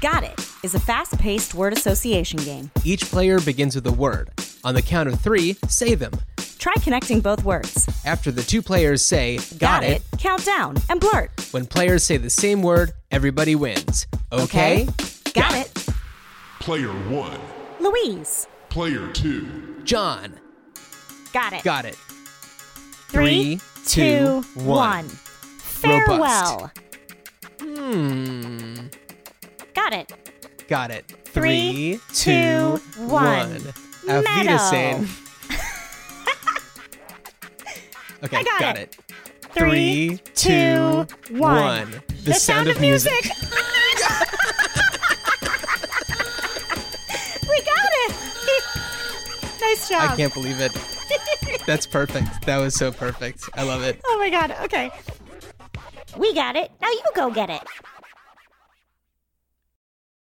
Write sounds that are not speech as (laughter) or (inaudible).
Got It is a fast paced word association game. Each player begins with a word. On the count of three, say them. Try connecting both words. After the two players say, Got, it, Count down and blurt. when players say the same word, everybody wins. Okay? Got it. Player one. Louise. Player two. John, Got it. got it. Three, two, one. Farewell. Hmm. Got it. Got it. Three, Three, two, two, one. one. Auf Meadow. (laughs) Wiedersehen. okay, I got it. it. Three, Three, two, two, one. one. The sound of music. (laughs) we got it. (laughs) nice job. I can't believe it. (laughs) That's perfect. That was so perfect. I love it. Oh my god. Okay. We got it. Now you go get it.